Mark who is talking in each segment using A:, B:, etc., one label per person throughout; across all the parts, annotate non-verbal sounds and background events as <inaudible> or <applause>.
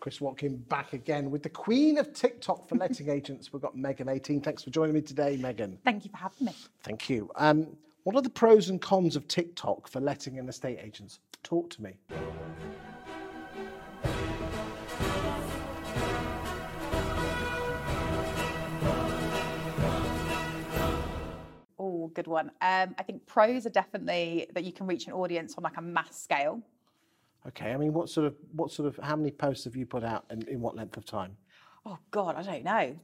A: Chris Watkin back again with the queen of TikTok for <laughs> letting agents. We've got Megan 18. Thanks for joining me today, Megan.
B: Thank you for having me.
A: Thank you. Um, what are the pros and cons of TikTok for letting and estate agents? Talk to me.
B: Oh, good one. Um, I think pros are definitely that you can reach an audience on like a mass scale.
A: Okay, I mean, what sort of, what sort of, how many posts have you put out and in what length of time?
B: Oh God, I don't know.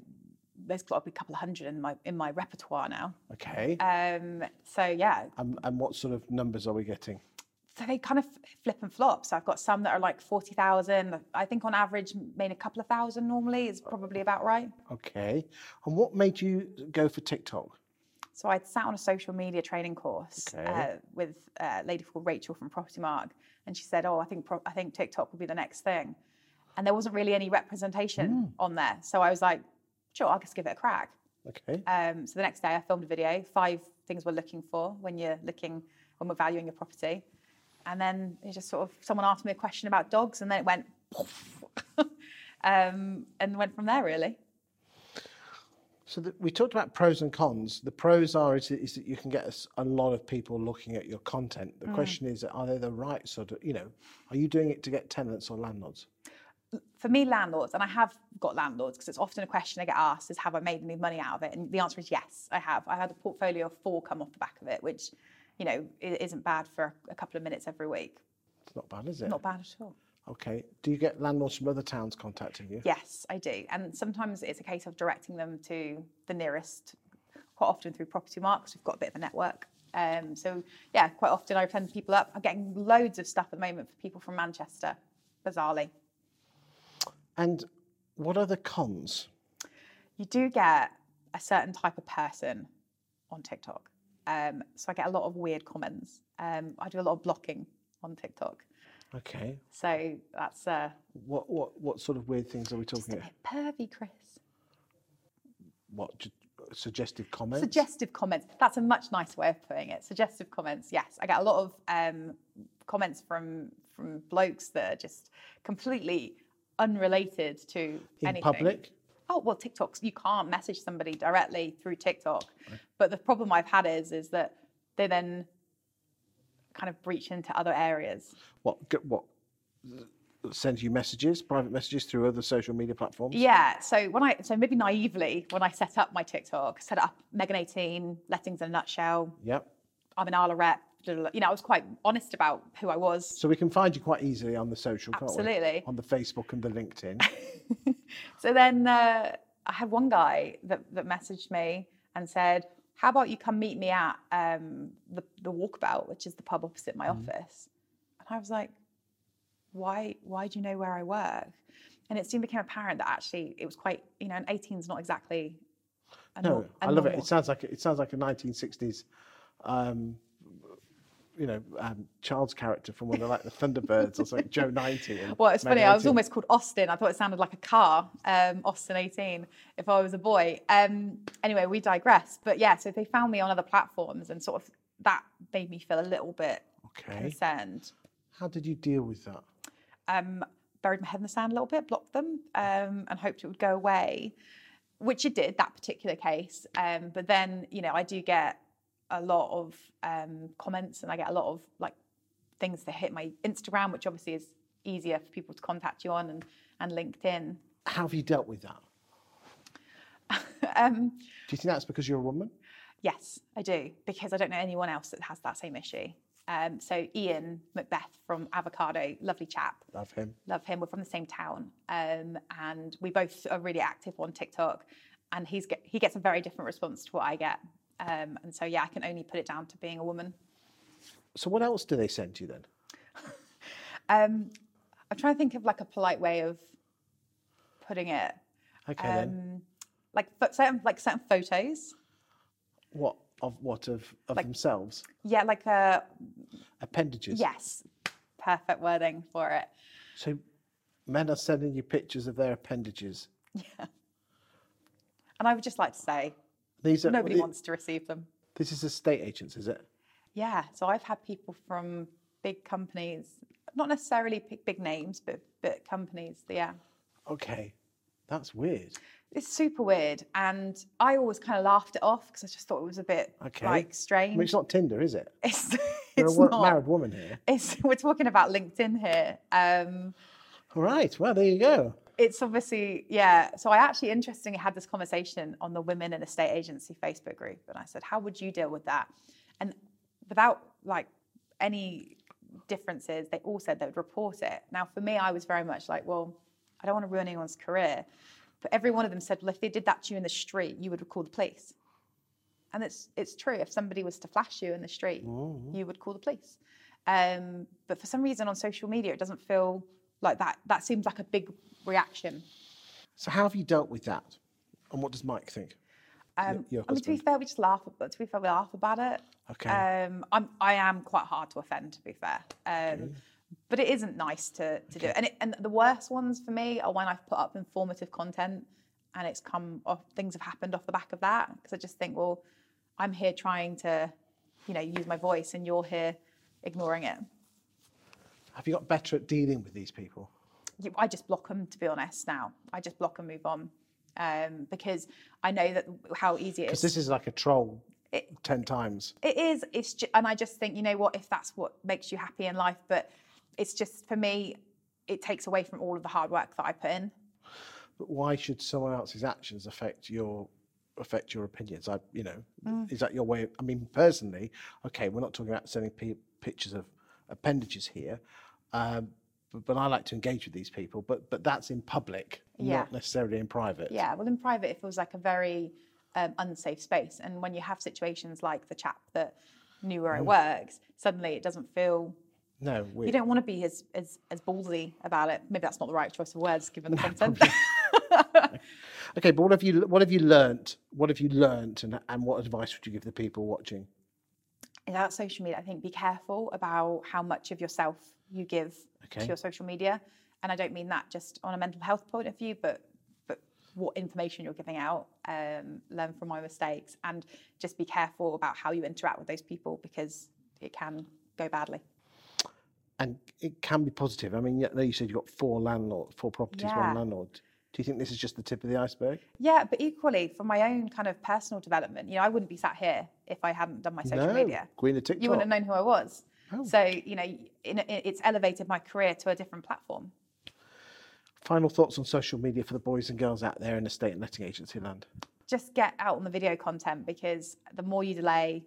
B: There's got to be a couple of hundred in my in my repertoire now.
A: Okay,
B: Um, so yeah,
A: and, and what sort of numbers are we getting?
B: so they kind of flip and flop. So I've got some that are like forty thousand. I think on average, made a couple of thousand normally is probably about right.
A: Okay, and what made you go for TikTok?
B: So I sat on a social media training course
A: Okay.
B: uh, with a lady called Rachel from Property Mark, and she said, "Oh, I think pro- I think TikTok will be the next thing," and there wasn't really any representation on there. So I was like, "Sure, I'll just give it a crack."
A: Okay,
B: Um, so the next day, I filmed a video. Five things we're looking for when you're looking when we're valuing your property, and then it just sort of someone asked me a question about dogs, and then it went, <laughs> poof, um, and went from there really.
A: so the, we talked about pros and cons. The pros are is, is that you can get a s- a lot of people looking at your content. The
B: Mm.
A: question is, are they the right sort of, you know, are you doing it to get tenants or landlords?
B: for me, landlords, and I have got landlords because it's often a question I get asked is have I made any money out of it? And the answer is yes, I have. I had a portfolio of four come off the back of it, which, you know, i- isn't bad for a couple of minutes every week.
A: It's not bad, is it?
B: Not bad at all.
A: Okay. Do you get landlords from other towns contacting you?
B: Yes, I do. And sometimes it's a case of directing them to the nearest, quite often through Property Marks. We've got a bit of a network. Um, so, yeah, quite often I send people up. I'm getting loads of stuff at the moment for people from Manchester, bizarrely.
A: And what are the cons?
B: you do get a certain type of person on TikTok. Um, so I get a lot of weird comments. Um, I do a lot of blocking on TikTok.
A: Okay.
B: So that's uh,
A: What what what sort of weird things are we
B: just a
A: talking about?
B: bit pervy, Chris.
A: What ju- suggestive comments?
B: Suggestive comments. That's a much nicer way of putting it. Suggestive comments. Yes, I get a lot of um, comments from from blokes that are just completely unrelated to
A: in
B: anything.
A: public.
B: oh well tiktoks you can't message somebody directly through tiktok but the problem i've had is is that they then kind of breach into other areas
A: What g- what send you messages, private messages through other social media platforms?
B: yeah so when i so maybe naively when i set up my tiktok set up megan 18 lettings in a nutshell
A: Yep.
B: i'm an ala rep blah, blah, blah. you know i was quite honest about who i was
A: So we can find you quite easily on the social, can't we?
B: Absolutely.
A: On the Facebook and the
B: <laughs>
A: LinkedIn.
B: so then uh, i had one guy that, that messaged me and said how about you come meet me at um, the, the walkabout which is the pub opposite my
A: Mm-hmm.
B: office And I was like, why, why do you know where I work? And it soon became apparent that actually it was quite, you know, an 18 is not exactly. A
A: no,
B: nor- a
A: I love it.
B: normal-
A: It sounds like it sounds like a 1960s, um, you know, um, Charles character from one of like the Thunderbirds or something. Joe 90. and
B: Well, it's
A: Meg
B: funny. I was
A: 18.
B: almost called Austin. I thought it sounded like a car, um, Austin 18, if I was a boy. Um, anyway, we digress. But yeah, so they found me on other platforms and sort of that made me feel a little bit
A: Okay.
B: concerned.
A: How did you deal with that?
B: um, buried my head in the sand a little bit, blocked them, um, and hoped it would go away, which it did that particular case. Um, but then, you know, I do get a lot of um, comments and I get a lot of like things that hit my Instagram, which obviously is easier for people to contact you on, and, and LinkedIn.
A: How have you dealt with that?
B: Um,
A: Do you think that's because you're a woman?
B: Yes, I do, because I don't know anyone else that has that same issue. Um, so Ian Macbeth from Avocado, lovely chap.
A: Love him.
B: Love him. We're from the same town, um, and we both are really active on TikTok. And he's get, he gets a very different response to what I get. Um, and so yeah, I can only put it down to being a woman.
A: So what else do they send you then?
B: Um, I'm trying to think of like a polite way of putting it.
A: Okay then.
B: Um, like but certain like certain photos.
A: What of what of, of
B: like-
A: themselves?
B: Yeah, like a
A: Appendages.
B: yes, perfect wording for it.
A: So men are sending you pictures of their appendages.
B: And I would just like to say,
A: These are
B: Nobody
A: the-
B: wants to receive them.
A: This is estate agents, is it?
B: Yeah, so I've had people from big companies not necessarily big, big names, but but companies. Yeah,
A: Okay, that's weird.
B: it's super weird, and I always kind of laughed it off because I just thought it was a bit
A: Okay.
B: like
A: I
B: strange.
A: mean, it's not Tinder, is it?
B: <laughs> it's
A: You're
B: it's
A: a wo-
B: not.
A: married woman here.
B: It's we're talking about LinkedIn here. Um,
A: All right. Well, there you go.
B: it's obviously yeah so i actually interestingly had this conversation on the women in estate agency facebook group and i said how would you deal with that and without like any differences they all said they would report it now for me i was very much like well i don't want to ruin anyone's career but every one of them said well if they did that to you in the street you would call the police and it's it's true if somebody was to flash you in the street you would call the police um, but for some reason on social media it doesn't feel like that that seems like a big reaction
A: So, how have you dealt with that? And what does Mike think?
B: um,
A: your
B: I mean, to be
A: husband.
B: fair, we just laugh. But to be fair, we laugh about it.
A: Okay.
B: Um, I'm, I am quite hard to offend, to be fair. Um, But it isn't nice to, to do it. And, it, and the worst ones for me are when I've put up informative content and it's come off, things have happened off the back of that. Because I just think, well, I'm here trying to, you know, use my voice and you're here ignoring it.
A: Have you got better at dealing with these people?
B: you- I just block them to be honest. Now I just block and move on um, because I know that how easy it
A: Because
B: is.
A: this is like a troll 10 times.
B: it is. It's ju- and I just think you know what if that's what makes you happy in life, but it's just for me, it takes away from all of the hard work that I put in.
A: But why should someone else's actions affect your affect your opinions? I, you know,
B: Mm.
A: is that your way? Of, I mean, personally, okay, we're not talking about sending pe- pictures of appendages here, um, but, but I like to engage with these people. But but that's in public,
B: Yeah.
A: not necessarily in private.
B: Yeah, well, in private, it feels like a very um, unsafe space. And when you have situations like the chap that knew where it works, suddenly it doesn't feel.
A: No,
B: You
A: weird.
B: don't want to be as as as ballsy about it. Maybe that's not the right choice of words given the content.
A: Okay, but what have you what have you learnt? What have you learnt, and and what advice would you give the people watching?
B: about social media, I think be careful about how much of yourself you give
A: Okay.
B: to your social media. And I don't mean that just on a mental health point of view, but but what information you're giving out. Um, learn from my mistakes and just be careful about how you interact with those people because it can go badly.
A: And it can be positive. I mean, I know you said you've got four landlord, four properties,
B: Yeah.
A: one landlord. Do you think this is just the tip of the iceberg?
B: Yeah, but equally for my own kind of personal development, you know, I wouldn't be sat here if I hadn't done my social
A: no, oh.
B: media.
A: Queen of TikTok.
B: you wouldn't have known who I was. So you know, in, it's elevated my career to a different platform.
A: Final thoughts on social media for the boys and girls out there in estate and letting agency land.
B: just get out on the video content because the more you delay,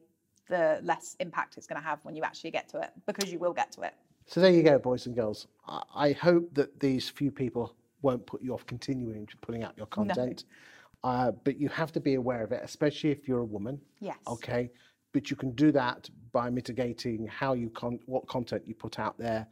B: the less impact it's going to have when you actually get to it because you will get to it.
A: So there you go, boys and girls. I, I hope that these few people won't put you off continuing to putting out your content. Uh, but you have to be aware of it, especially if you're a woman.
B: Yes.
A: Okay. But you can do that by mitigating how you con- what content you put out there,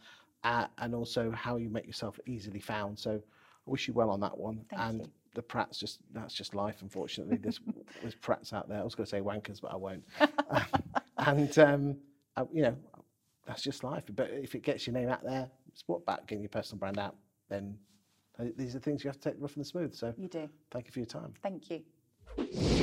A: uh, and also how you make yourself easily found. So I wish you well on that one. and
B: you.
A: the prats just that's just life. Unfortunately,
B: <laughs>
A: there's there's prats out there. I was going to say wankers, but I won't. <laughs> and um, uh, you know that's just life. But if it gets your name out there, it's brought back, getting your personal brand out, then uh, these are things you have to take rough and smooth. So
B: You do.
A: thank you for your time.
B: Thank you.